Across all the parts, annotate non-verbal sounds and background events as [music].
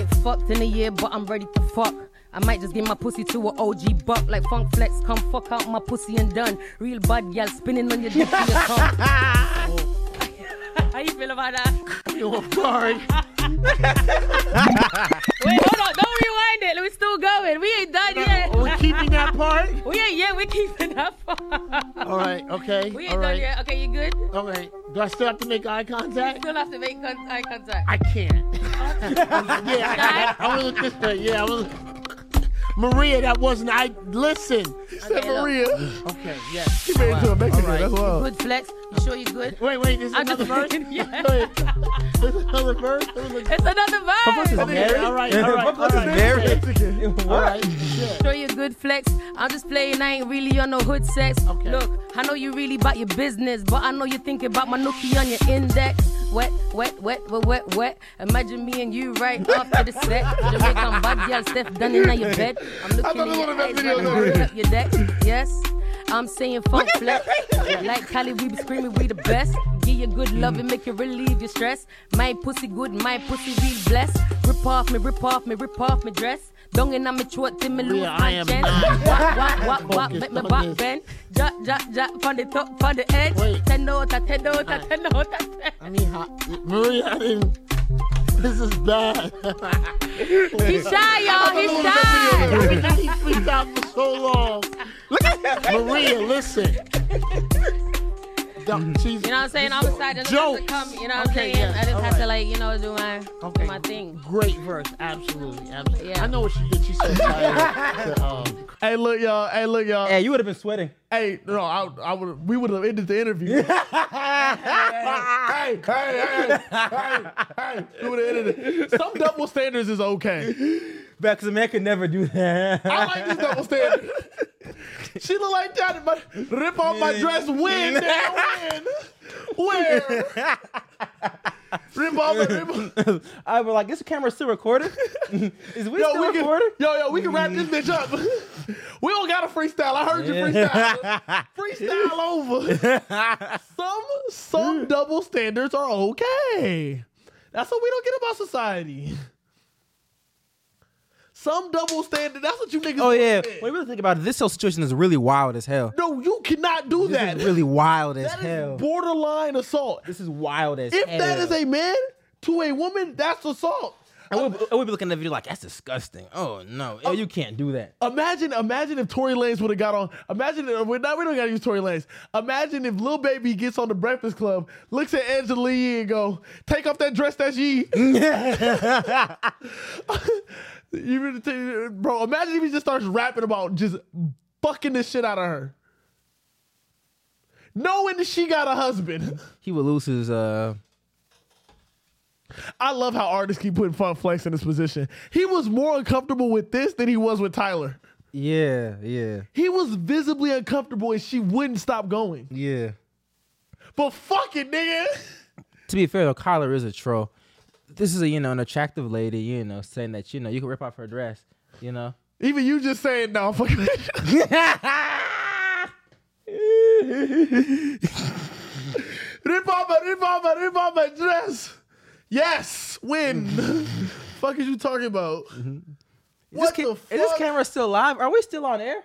fucked in a year, but I'm ready to fuck. I might just give my pussy to a OG buck like Funk Flex. Come fuck out my pussy and done. Real bad gal spinning on your dick. till you [laughs] come. How you feel about that? Yo, [laughs] I'm sorry. Wait, hold on. Don't rewind it. We're still going. We ain't done yet. Are we keeping that part? We ain't yet. We're keeping up. [laughs] All right, okay. we ain't all done right. yet. Okay, you good? All right. Do I still have to make eye contact? Still have to make con- eye contact. I can't. [laughs] yeah, I, I, I want to look this way. Yeah, I want [laughs] Maria, that wasn't. I listen. said Maria. Okay, yes. She made it to a Mexican. All right. That's wild. Good flex. You sure you good? Wait, wait. This is I'm another just [laughs] verse. Yeah. Wait, this is another verse. This is another- It's another vibe. Okay, All right, all right, all This is right. very okay. Mexican. All right. yeah. Show you good flex. I'm just playing, I ain't really on no hood sex. Okay. Look, I know you really about your business, but I know you thinking about my nookie on your index. Wet, wet, wet, wet, wet, wet. Imagine me and you [laughs] right after the set. Jamaican bad girl, Steph Dunn in your bed. I'm looking thought in it was one of your that eyes video, right no, now, really. up your deck. Yes. I'm saying [laughs] funk flex. Like Cali, we be screaming, we the best. Give you good love and make you relieve your stress. My pussy good, my pussy real blessed. Rip off me, rip off me, rip off me dress. Don't and I'm a short till me lose Yeah, I my am chance. not Wop, wop, wop, wop, focused make me on bop this. bend. Jot, jot, jot, from the top, from the edge. Wait. Ten nota, ten nota, Alright. ten nota, ten. I mean, hot. [laughs] Maria, I didn't. This is bad. [laughs] He's shy, y'all. He's I shy. mean, he freaked out for so long. Maria, listen. Mm-hmm. Don't- she's- You know what I'm saying? I'm excited. I just have to Jokes. come. You know what I'm Okay, saying? yeah, I just have to alright. like, you know, do my, do Okay. my thing. Great verse, absolutely, absolutely. Yeah. I know what she did. She [laughs] said tired. to, um, Hey, look, y'all. Hey, look, y'all. Hey, you would have been sweating. Hey, no, I, I would. We would have ended the interview. [laughs] hey, hey, hey, hey, hey. We would have ended it. Some double standards is okay. Back because a man could never do that. I like this double standard. she look like that, but rip off my dress, win, damn, win, win. Rip off, my, rip off. I was like, this camera still [laughs] recording? Is we Yo, still we can, recording? yo, yo, we can wrap this bitch up. we don't got to freestyle. I heard you freestyle. freestyle over. some some double standards are okay. That's what we don't get about society. Some double standard. That's what you [laughs] niggas. Oh yeah. want, man. When you really think about it, this whole situation is really wild as hell. No, you cannot do that. This is really wild as that is hell. borderline assault. this is wild as If hell. that is a man to a woman, that's assault. I would, I would be looking at the video like that's disgusting. Oh no, Oh, you can't do that. Imagine, imagine if Tory Lanez would have got on. Imagine if, we not we don't gotta use Tory Lanez. Imagine if Lil Baby gets on the Breakfast Club, looks at Angela Yee and go, "Take off that dress, that's Yee." you really t- bro? Imagine if he just starts rapping about just fucking the shit out of her, knowing that she got a husband. [laughs] He would lose his uh. I love how artists keep putting Fun Flex in this position. He was more uncomfortable with this than he was with Tyler. Yeah, yeah, He was visibly uncomfortable and she wouldn't stop going. yeah. But fuck it, nigga. To be fair though, Kyler is a troll. This is a you know an attractive lady, you know, saying that you know you can rip off her dress, you [laughs] know. Even you just saying no, fuck it. [laughs] rip off my, rip off my, rip off my dress. Yes, win. [laughs] fuck is you talking about? What this the ca- Is this fuck? camera still live? Are we still on air?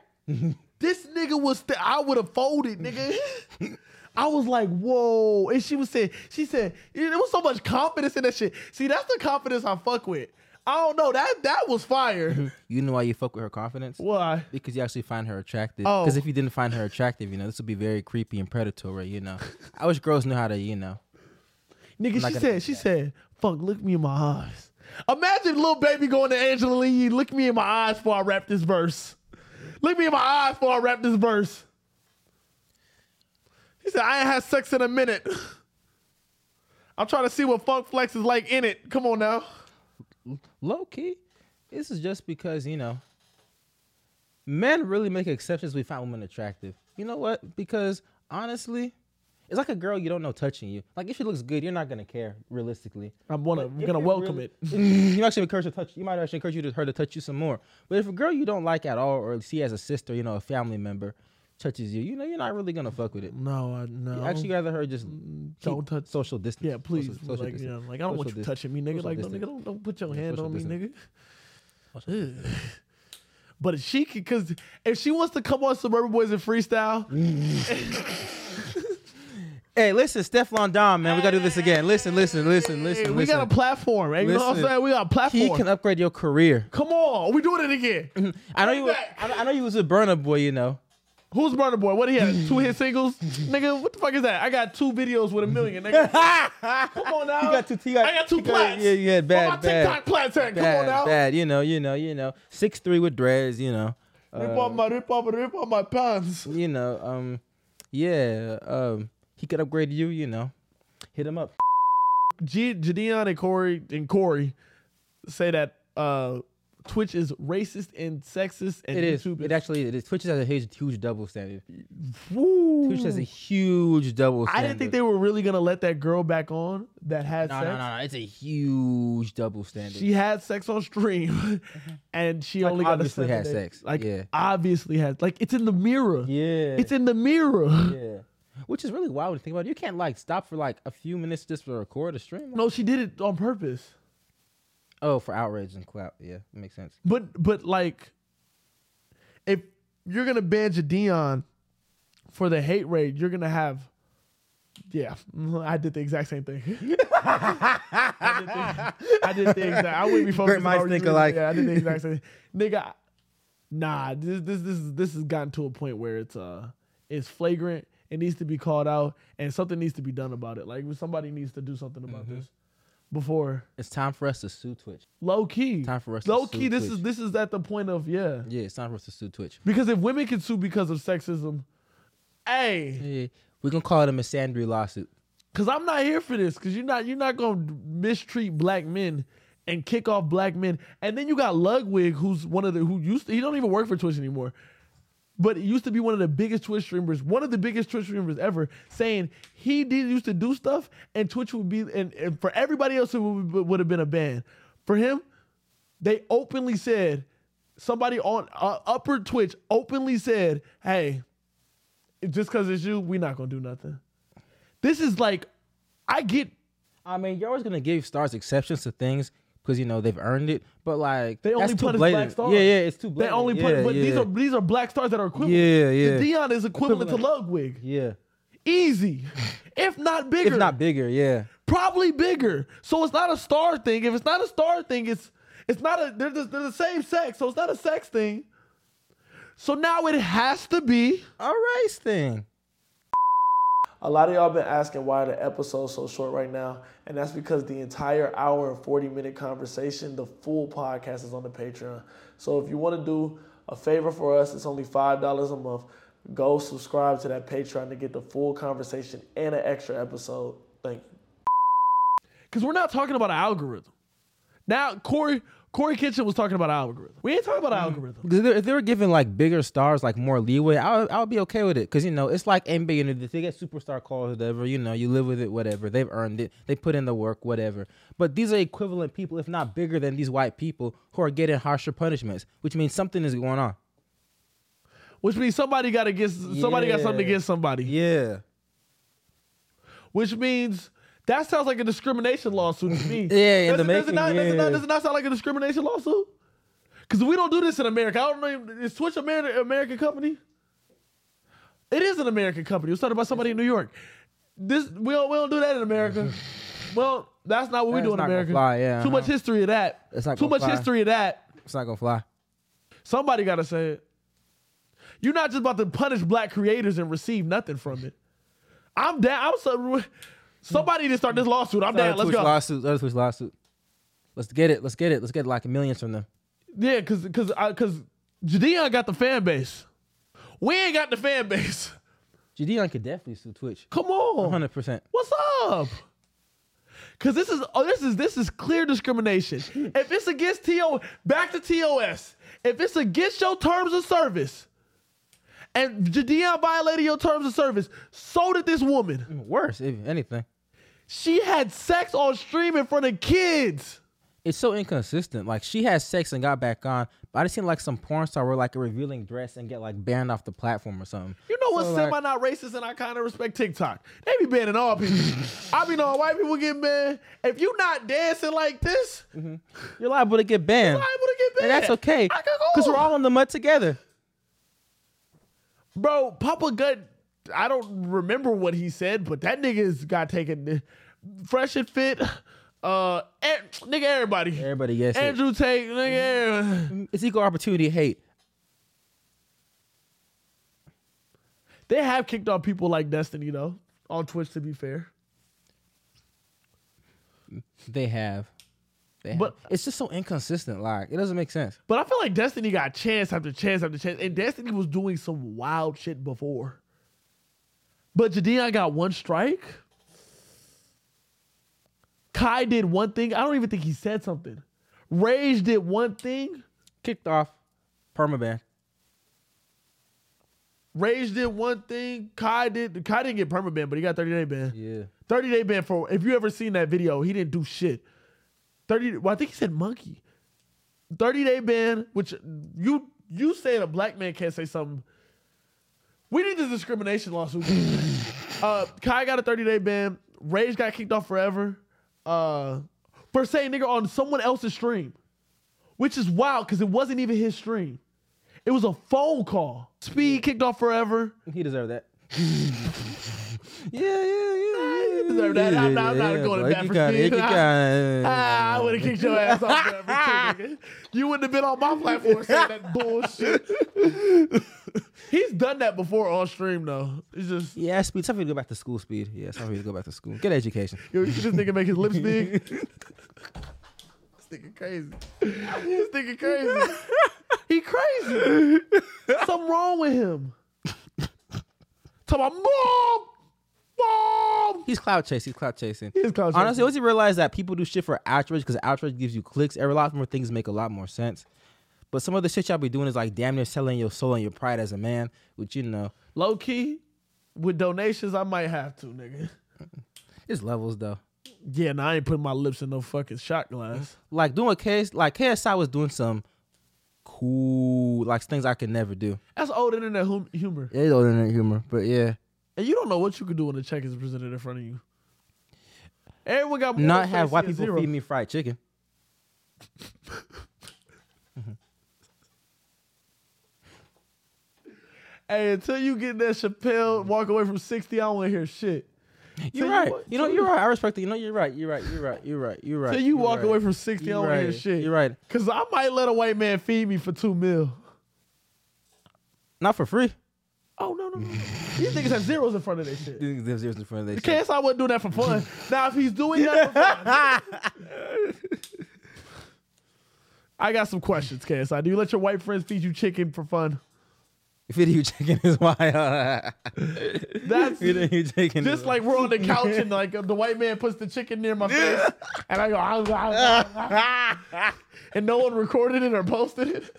This nigga was, th- I would have folded, nigga. [laughs] I was like, whoa. And she was saying, she said, there was so much confidence in that shit. See, that's the confidence I fuck with. I don't know. That that was [laughs] fire. You know why you fuck with her confidence? Why? Because you actually find her attractive. Oh. Because if you didn't find her attractive, you know, this would be very creepy and predatory, you [laughs] know. I wish girls knew how to, you know. not Nigga, she gonna do said, she said, fuck, look me in my eyes. Imagine little baby going to Angela Lee, look me in my eyes before I rap this verse. Look me in my eyes before I rap this verse. He said, I ain't had sex in a minute. [laughs] I'm trying to see what Funk Flex is like in it. Come on now. Low key, this is just because, you know, men really make exceptions we find women attractive. You know what? Because honestly, it's like a girl you don't know touching you. Like if she looks good, you're not gonna care, realistically. I'm wanna, I'm If gonna you welcome really- [laughs] it. You actually encourage her to touch. You might actually encourage you to her to touch you some more. But if a girl you don't like at all, or see as a sister, you know, a family member, touches you, you know, you're not really gonna fuck with it. No, I no. You actually rather her just don't keep touch- social distance. yeah, social- please. Social, like, distance. yeah, like I don't want you Social dis- touching me, nigga. social Like, no, distance. nigga, don't, don't put your Yeah, hand social on me, distance. nigga. Ugh. But if she could, cause if she wants to come on Suburban Boys and [laughs] freestyle, Hey, listen, Stefan Dom, man, we gotta do this again. Listen, listen, listen, listen. hey, we listen. got a platform. Hey, you know what I'm Listen. saying? We got a He platform. can upgrade your career. come on, we doing it [laughs] again. I know you. Were, I know- I know you was a burner boy. You know. Who's Burner Boy? What he had? Two hit [laughs] singles, nigga. What the fuck is that? I got two videos with a [laughs] million, nigga. Come on now. You got two. T- I got two plats. Yeah, you had bad, on my bad, TikTok plats. Come bad, on now. bad. You know, you know, you know. Six three with dreads. You know. Rip Uh, off my rip off rip off my pants. you know, um, yeah, um, he could upgrade you, you know, hit him up. G- Gideon and Corey and Corey say that uh, Twitch is racist and sexist, and It is. YouTube It actually it is. Twitch has a huge, huge double standard. Woo. Twitch has a huge double I standard. didn't think they were really gonna let that girl back on that had No, sex. no, no, no. It's a huge double standard. She had sex on stream, [laughs] and she only got a obviously seven had day- sex. Like Yeah. obviously had like it's in the mirror. yeah. It's in the mirror. [laughs] yeah. Which is really wild to think about. You can't like stop for like a few minutes just to record a stream. No, she did it on purpose. Oh, for outrage and clout. Yeah, makes sense. But but like, if you're gonna ban Dion for the hate raid, you're gonna have. Yeah, [laughs] mhm, I did the exact same thing. [laughs] I did the, I did the exact. I wouldn't be focused. minds on think arguing. alike. Yeah, I did the [laughs] exact same. Nigga, nah. This this this is- this has gotten to a point where it's uh it's flagrant. It needs to be called out, and something needs to be done about it. Like somebody needs to do something about this before It's time for us to sue Twitch. low key. Time for us to Low sue key. This Twitch. is this is at the point of yeah. Yeah, it's time for us to sue Twitch. Because if women can sue because of sexism, hey, Yeah, we're gonna call it a misandry lawsuit. because I'm not here for this. Because you're not you're not gonna mistreat black men and kick off black men. And then you got Ludwig, who's one of the who used to, he don't even work for Twitch anymore. But he used to be one of the biggest Twitch streamers, one of the biggest Twitch streamers ever, saying he did used to do stuff and Twitch would be and, and for everybody else it would, would have been a ban. For him, they openly said somebody on uh, upper Twitch openly said, "Hey, just because it's you, we not gonna do nothing." This is like, I get I mean, you're always gonna give stars exceptions to things because you know they've earned it, but like They only that's too punish blatant. black stars. Yeah, yeah, it's too. they Blatant. only yeah, put, but yeah. these are these are black stars that are equivalent. Yeah, yeah. Dion is equivalent, Equivalent. to Ludwig, yeah, [laughs] easy, if not bigger, if not bigger, yeah. probably bigger. So it's not a star thing. If it's not a star thing, it's it's not a they're the, they're the same sex, so it's not a sex thing. So now it has to be. A race thing. A lot of y'all been asking why the episode's so short right now, and that's because the entire hour and 40 minute conversation, the full podcast is on the Patreon. So if you want to do a favor for us, it's only $5 a month. Go subscribe to that Patreon to get the full conversation and an extra episode. Thank you. Because we're not talking about an algorithm. Now, Corey, Corey Kitchen was talking about an algorithm. We ain't talking about Mm. an algorithm. If they- if they were giving like bigger stars like more leeway, I would, I would be okay with it because you know it's like NBA. You know, if they get superstar calls, whatever. You know, you live with it, whatever. They've earned it. They put in the work, whatever. But these are equivalent people, if not bigger than these white people, who are getting harsher punishments, which means something is going on. Which means somebody got to get somebody got something Yeah. against somebody. Yeah. which means that sounds like a discrimination lawsuit to me. [laughs] Yeah, in does the it, does making, it not, does, it yeah. not, does it not sound like a discrimination lawsuit? Because we don't do this in America. I don't know. even- Is Twitch American American company? It is an American company. It was started by somebody in New York. This we don't, we don't do that in [laughs] America. well, that's not what we That's do in not gonna America. fly, yeah, Too much uh-huh. history of that. It's not Too gonna much fly. history of that. It's not gonna fly. Somebody got to say it. You're not just about to punish black creators and receive nothing from it. I'm down. I'm so, somebody need to start this lawsuit. I'm down. Another Let's Twitch go. lawsuit. Another Twitch lawsuit. Let's get it. Let's get it. Let's get like millions from them. Yeah, cause cause I cause Jadeon got the fan base. We ain't got the fan base. Gideon could definitely sue Twitch. Come on. Hundred percent. What's up? Cause this is oh, this is this is clear discrimination. [laughs] if it's against TO, back to TOS. If it's against your terms of service, and Jadeon violated your terms of service, so did this Mm. woman. Worse, if anything. She had sex on stream in front of kids. it's so inconsistent. Like she had sex and got back on, but I just seen like some porn star wear like a revealing dress and get like banned off the platform or something. You know what's So, semi like- not racist, and I kind of respect TikTok. They be banning [laughs] all people. I be knowing white people get banned. If you not dancing like this, You're liable to get banned. liable to get And banned. Mm. that's okay. I can Because go. we're all in the mud together. Bro, Papa Gut, I don't remember what he said, but that nigga's got taken fresh and fit. Uh, eh, nigga, everybody. Everybody gets it. Andrew Tate, nigga. eh. It's equal opportunity hate. They have kicked off people like Destiny though on Twitch. To be fair, They have. They have. But- But it's just so inconsistent. Like it doesn't make sense. but I feel like Destiny got chance after chance after chance, and Destiny was doing some wild shit before. But Jadeon got one strike. Kai did one thing. I don't even think he said something. Rage did one thing. Kicked off. Permaban. Rage did one thing. Kai did. Kai didn't get permaban, but he got thirty day ban. Yeah. 30 day ban for if you ever seen that video, he didn't do shit. 30 well, I think he said monkey. 30 day ban, which you you saying a black man can't say something. We need this discrimination lawsuit. uh Kai got a 30 day ban. Rage got kicked off forever. Uh for saying nigga on someone else's stream. Which is wild because it wasn't even his stream. It was a phone call. Speed kicked off forever. He deserved [laughs] that. yeah, yeah, yeah. [laughs] yeah, deserved that. I'm not- I'm not yeah, going bro. to bat You for got- Steve. you [laughs] got- Ah, I would have kicked your ass off forever too, nigga. [laughs] You wouldn't have been on my platform saying that bullshit. [laughs] He's done that before on stream though. It's just yo, Yeah, speed. Tell me to go back to school, speed. Yeah, tell me to go back to school. Get education. you see this nigga make his lips [laughs] big. this nigga crazy. This nigga crazy. He crazy. Something wrong with him. Tell my mom, mom. He's cloud chasing. He's cloud chasing. He's cloud chasing. Honestly, once you realize that people do shit for outrage because outrage gives you clicks, a lot more things make a lot more sense. But some of the shit y'all be doing is like damn near selling your soul and your pride as a man, which you know, Low key, with donations, I might have to, nigga. it's levels though. Yeah, nah, I ain't putting my lips in no fucking shot glass. Like doing KS, like KSI was doing some cool, like things I could never do. That's old internet hum- humor. It's older than humor, but yeah, And you don't know what you could do when a check is presented in front of you. Everyone got more not face have white than people zero. feed me fried chicken. Hey, until you get that Chappelle, walk away from 60, I don't want to hear shit. You're you right. what- You know, you're right. I respect it. You know, you're right. You're right. You're right. You're right. You're right. Until you you're walk right. away from 60, I You're don't want to right. hear shit. You're right. Because I might let a white man feed me for [laughs] two mil. Not for free. Oh, no, no, no. These niggas have zeros in front of their shit. There's in front of that shit. KSI wasn't doing that for fun. now, if he's doing that for fun. [laughs] I got some questions, KSI. Do you let your white friends feed you chicken for fun? Video chicken is [laughs] wild. That's Video chicken. just is like we're on the couch and like the white man puts the chicken near my face and I go, "Ah, ah, ah, ah," and no one recorded it or posted it.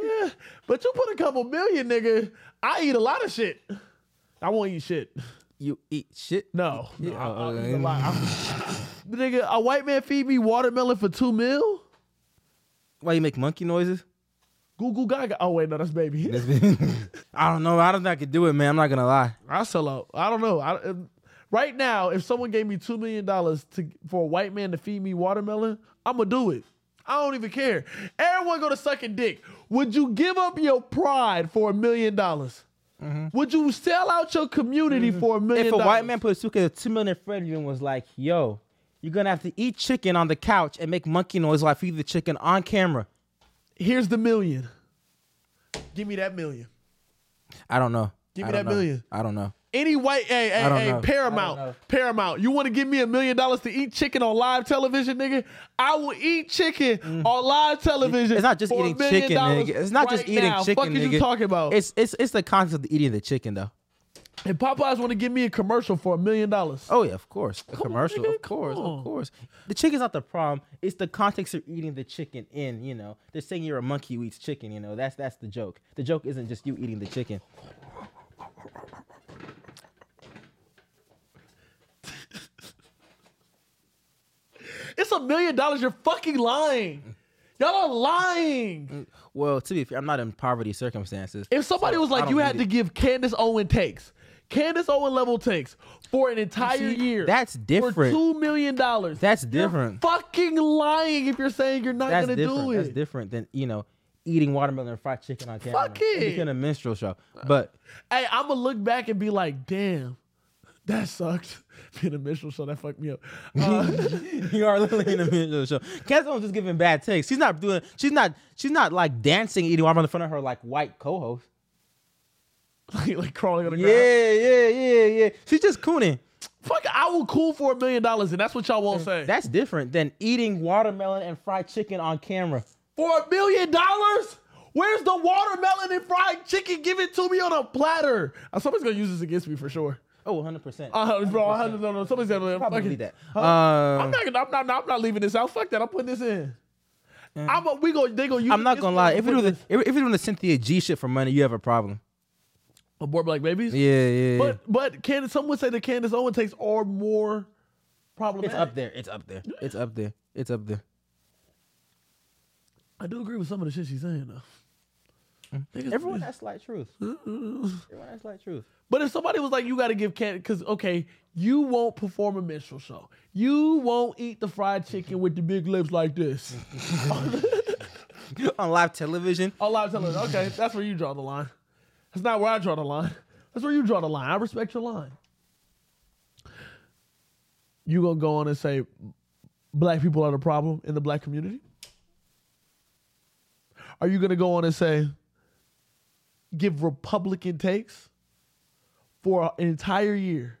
Yeah. But you put a couple million, nigga. I eat a lot of shit. I won't eat shit. you eat shit. No, Yeah, no, I- I uh, eat a lot. I'm- nigga, a white man feed me watermelon for two mil. Why you make monkey noises? Goo goo gaga. Oh wait, no, that's baby. [laughs] I don't know. I don't think I could do it, man. I'm not gonna lie. I sell out. I don't know. I, um, right now, if someone gave me two million dollars to for a white man to feed me watermelon, I'm gonna do it. I don't even care. Everyone gonna suck a dick. Would you give up your pride for a million dollars? Would you sell out your community for a million? Mm-hmm. If a white dollars? man put a suitcase of two million in front of you and was like, "Yo, you're gonna have to eat chicken on the couch and make monkey noise while I feed the chicken on camera," here's the million. Give me that million. I don't know. Give I me don't that know. million. I don't know. Any white, hey, hey, I don't hey, know. I don't Paramount, know. Paramount. You want to give me a million dollars to eat chicken on live television, nigga? I will eat chicken on live television. Mm. It's not just for a eating million chicken, dollars nigga. It's not just right eating now. chicken, Fuck nigga. is you talking about? It's it's it's the concept of eating the chicken though. and Popeyes want to give me a commercial for a million dollars. Oh yeah, of course. A on, commercial, nigga, of course, come on. of course. The chicken's not the problem. It's the context of eating the chicken in, you know. They're saying you're a monkey who eats chicken, you know. That's that's the joke. The joke isn't just you eating the chicken. It's a million dollars. You're fucking lying. Y'all are lying. Well, to be fair, I'm not in poverty circumstances. If somebody Mm. so was I like, don't you need had it. to give Candace Owen takes, Candace Owen level takes for an entire See, year. that's For different. two million dollars. That's You're different. fucking lying if you're saying you're not that's gonna different. do it. That's different than you know eating watermelon and fried chicken on camera. Fuck it. Became a minstrel show, but [laughs] Hey, I'm gonna look back and be like, damn, that sucked. [laughs] Being a minstrel show that fucked me up. [laughs] Uh, [laughs] you are literally in the middle of the show. Kenzo's just giving bad takes. She's not doing. She's not. She's not like dancing, eating watermelon in front of her like white co-host. like, like crawling on the ground. Yeah, yeah, yeah, yeah. She's just cooning. Fuck, I will cool for a million dollars, and that's what y'all won't say. That's different than eating watermelon and fried chicken on camera. for a million dollars? Where's the watermelon and fried chicken? Give it to me on a platter. Uh, somebody's gonna use this against me for sure. Oh, 100 percent. Uh, bro, I, no, no, somebody's gonna Probably fucking- that. I'm Um, not, gonna- I'm not, I'm not leaving this out. Fuck that. I'm putting this in. I'm a, we go. They gonna use. Mm. I'm not this gonna lie. for- If you're doing the if, if you're doing the Cynthia G shit for money, you have a problem. abort black babies, Yeah, yeah. yeah. But but Candace, some would say that Candace Owen takes are more problematic. it's up there. It's up there. It's up there. It's up there. I do agree with some of the shit she's saying though. Niggas- Mm. Everyone has slight truth. Everyone has slight truth. [laughs] But if somebody was like, you got to give Candace, because okay, you won't perform a minstrel show, you won't eat the fried chicken with the big lips like this. On live television, A lot of telling, okay, that's where you draw the line. That's not where I draw the line. That's where you draw the line. I respect your line. You gonna go on and say, black people are the problem in the black community? Are you gonna go on and say, give Republican takes for an entire year?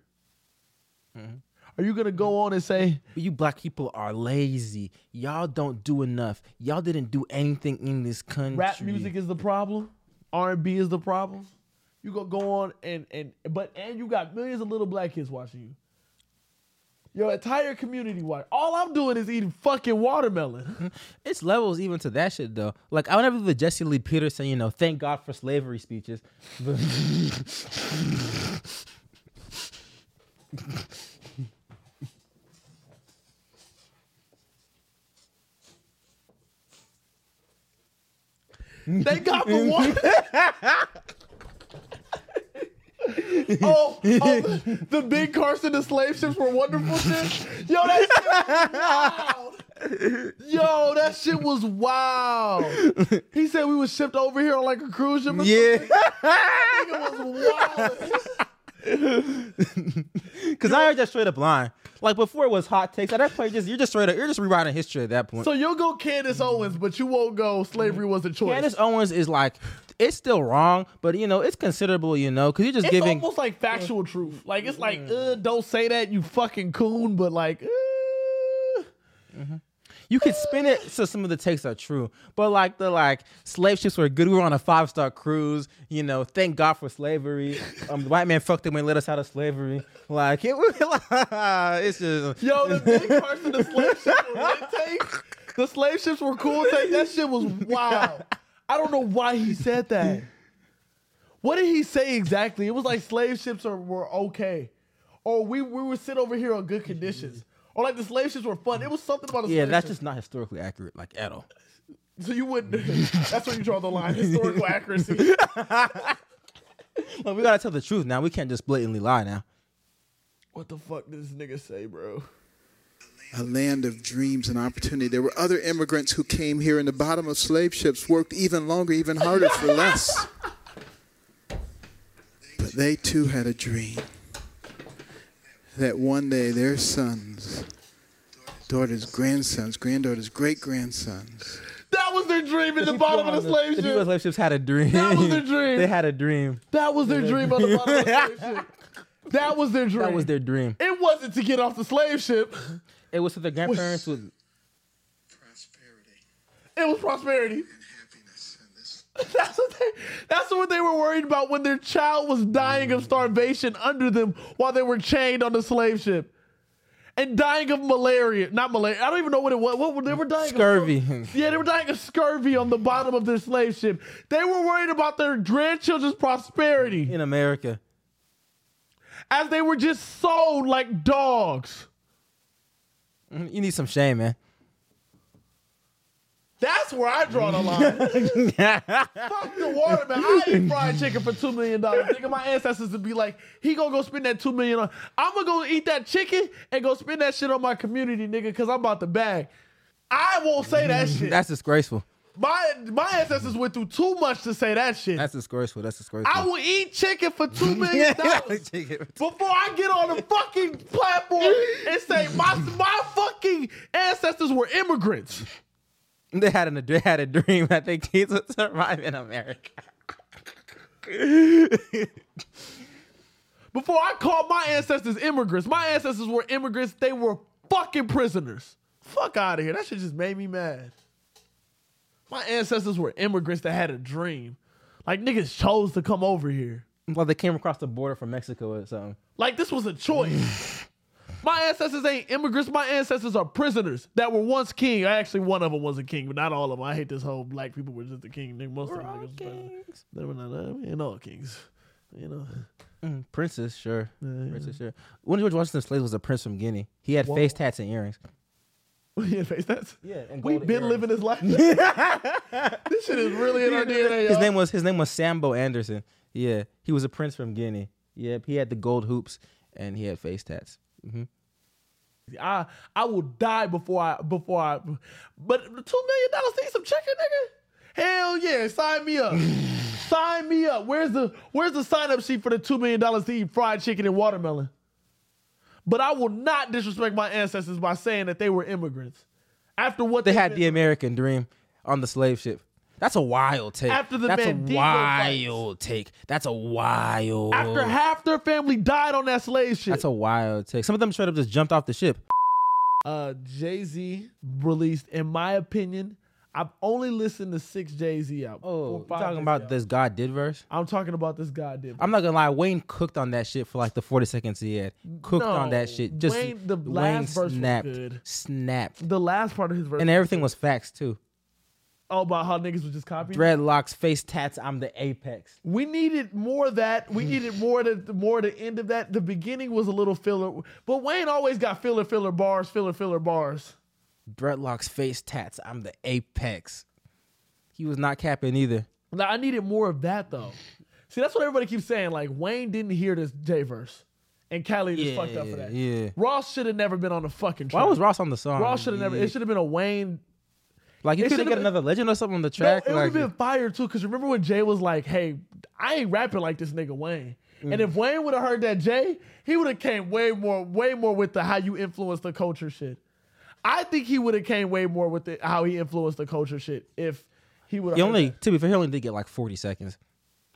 Are you gonna go on and say, you black people are lazy. Y'all don't do enough. Y'all didn't do anything in this country. rap music is the problem, R and B is the problem. You gonna go on and and but and you got millions of little black kids watching you. Your entire community watch. All I'm doing is eating fucking watermelon. It's levels even to that shit though. Like I would never the Jesse Lee Peterson, you know, thank God for slavery speeches. But They got for water. [laughs] oh, oh, the big Carson the slave ships were wonderful shit. Yo, that shit was wild. Yo, that shit was wild. He said we was shipped over here on like a cruise ship. [laughs] or yeah, something. It was wild. because I heard that straight up line. Like before it was hot takes. At that point, just you're just straight up, you're just rewriting history at that point. So you'll go Candace Owens, but you won't go slavery was a choice. Candace Owens is like, it's still wrong, but you know, it's considerable, you know, because you're just it's giving. almost like factual truth. Like it's like, uh, don't say that, you fucking coon, but like, uh, You could spin it so some of the takes are true, but like the like slave ships were good. We were on a five star cruise. You know, thank God for slavery. Um, the white man fucked them and let us out of slavery. Like it was, [laughs] it's just yo, the [laughs] big Carson, the slave ships were lit take. The slave ships were cool take. That shit was wild. I don't know why he said that. What did he say exactly? It was like slave ships are, were okay, or we we would sit over here on good conditions, or like the slave ships were fun. It was something about a yeah. slave That's ship. just not historically accurate, like at all. So you [laughs] wouldn't. That's where you draw the line. Historical [laughs] accuracy. [laughs] Like we gotta tell the truth now. We can't just blatantly lie now. What the fuck did this nigga say, bro? a land of dreams and opportunity. There were other immigrants who came here in the bottom of slave ships, worked even longer, even harder for less. But they too had a dream that one day their sons, daughters, grandsons, granddaughters, great grandsons That was their dream in the bottom of the slave The people on ship. slave ships had a dream. That [laughs] was their dream. they had a dream. That was their dream on the bottom of [laughs] the slave ship. That was their dream. That was their dream. It wasn't to get off the slave ship. It was so their grandparents would It was prosperity. [laughs] happiness in this That's what they. That's what they were worried about when their child was dying of starvation under them while they were chained on the slave ship, and dying of malaria. Not malaria. I don't even know what it was. What were they were dying? Of scurvy. [laughs] Yeah, they were dying of scurvy on the bottom of their slave ship. They were worried about their grandchildren's prosperity in America. as they were just sold like dogs. You need some shame, [laughs] man. That's where I draw the line. [laughs] Fuck the water, man. I [laughs] eat fried chicken for two million dollars. Nigga, my ancestors would be like, he gonna go spend that two million on. I'm gonna go eat that chicken and go spend that shit on my community, nigga, because I'm about to bag. I won't say [laughs] that shit. That's disgraceful. my my ancestors went through too much to say that shit. That's disgraceful. That's disgraceful. [laughs] I will eat chicken for [laughs] two million dollars before I get on the fucking platform and say my my fucking ancestors were immigrants. They had an they had a dream [laughs] that their kids would survive in America. Before I called my ancestors immigrants, my ancestors were immigrants. They were fucking prisoners. Fuck out of here. That shit just made me mad. My ancestors were immigrants that had a dream. Like niggas chose to come over here. Well, they came across the border from Mexico or something. Like this was a choice. [sighs] my ancestors ain't immigrants. My ancestors are prisoners that were once king. Actually, one of them was a king, but not all of them. I hate this whole black people were just a king. Nigga, Most of them niggas was prisoners. They were not. uh, ain't all kings. You know. [laughs] Princess, sure. Princess, sure. One of George Washington's slaves was a prince from Guinea. He had face tats and earrings. yeah, face that's. Yeah, and We've golden been earrings. living this [laughs] life. this shit is really in [laughs] our DNA. His y'all. name was his name was Sambo Anderson. Yeah, he was a prince from Guinea. Yep, he had the gold hoops and he had face tats. I I will die before I before I. But two million dollars to eat some chicken, nigga. Hell yeah, sign [sighs] me up. sign me up. Where's the Where's the sign up sheet for the two million dollars to eat fried chicken and watermelon? But I will not disrespect my ancestors by saying that they were immigrants. After what They had the American dream on the slave ship. That's a wild take. After the That's Mandingo a wild take. That's a wild. after half their family died on that slave ship. That's a wild take. Some of them straight up just jumped off the ship. uh Jay Z released, in my opinion, I've only listened to six Jay Z albums. Four, Oh, you five talking Jay-Z about albums. this God did verse? I'm talking about this goddamn. I'm not gonna lie, Wayne cooked on that shit for like the 40 seconds he had. Cooked on No, that shit. Just Wayne- the last verse was snapped, good. snapped, the last part of his verse. and everything was facts too. oh, about how niggas was just copying. Dreadlocks, face tats. I'm the apex. we needed more of that. Mm. We needed more of the more of the end of that. The beginning was a little filler, but Wayne always got filler, filler bars, filler, filler bars. Dreadlocks, face tats. I'm the apex. He was not capping either. Now I needed more of that though. See, that's what everybody keeps saying. Like Wayne didn't hear this J verse, and Cali just Yeah, fucked up for that. yeah. Ross should have never been on the fucking. Why Track. was Ross on the song? Ross should have never. Yeah. It should have been a Wayne. like you it could have should've got been- another legend or something on the No, track. it would like, have been fire too. Cause remember when Jay was like, "Hey, I ain't rapping like this nigga Wayne." Mm. And if Wayne would have heard that Jay, he would have came way more, way more with the how you influence the culture shit. I think he would have came way more with the how he influenced the culture shit if he would. he only to be fair, he only did get like 40 seconds.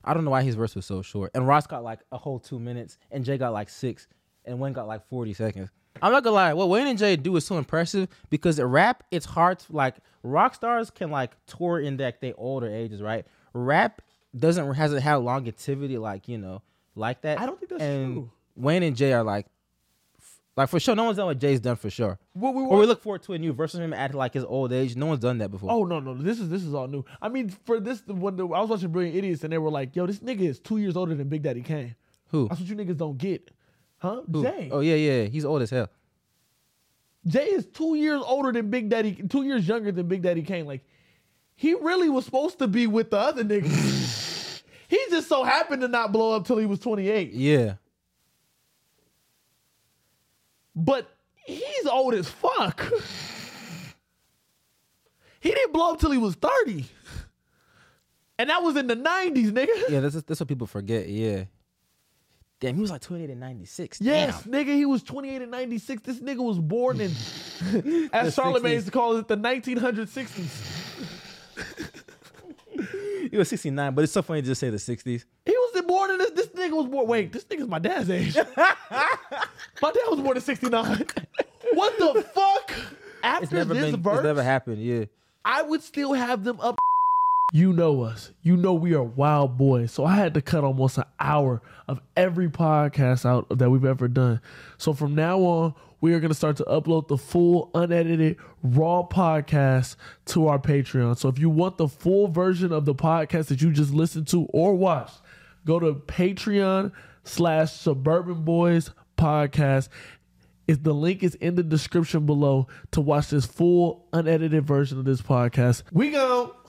I don't know why his verse was so short. And Ross got like a whole two minutes, and Jay got like six, and Wayne got like 40 seconds. I'm not gonna lie, what Wayne and Jay do is so impressive because at rap, it's hard to like rock stars can like tour in like they older ages, right? Rap doesn't hasn't had longevity like you know like that. I don't think that's and true. Wayne and Jay are like like for sure, no one's done what Jay's done for sure. What we or were- we look forward to a new verse of him at like his old age. No one's done that before. Oh no no this is this is all new. I mean for this when the, I was watching Brilliant Idiots and they were like, "Yo, this nigga is two years older than Big Daddy Kane." who? That's what you niggas don't get, huh? Who? Jay. Oh yeah, yeah, he's old as hell. Jay is two years older than Big Daddy, two years younger than Big Daddy Kane. Like, he really was supposed to be with the other niggas. he just so happened to not blow up till he was 28. Yeah. But he's old as fuck. he didn't blow up till he was 30. And that was in the 90s, [laughs] nigga. Yeah, that's that's what people forget. Yeah. Damn, he was like 28 and 96. Yes, Damn. nigga, he was 28 and 96. This nigga was born in, as Charlemagne used to call it, the 1960s. He was 69, but it's so funny to just say the 60s. He was born in this. This nigga was born. Wait, this nigga's my dad's age. my dad was born in '69. what the fuck? It's After never this been verse, it's never happened. Yeah. I would still have them up. You know us. You know we are wild boys. So I had to cut almost an hour of every podcast out that we've ever done. So from now on, we are going to start to upload the full, unedited, raw podcast to our Patreon. So if you want the full version of the podcast that you just listened to or watched, go to Patreon slash Suburban Boys Podcast is the link is in the description below to watch this full unedited version of this podcast. We go.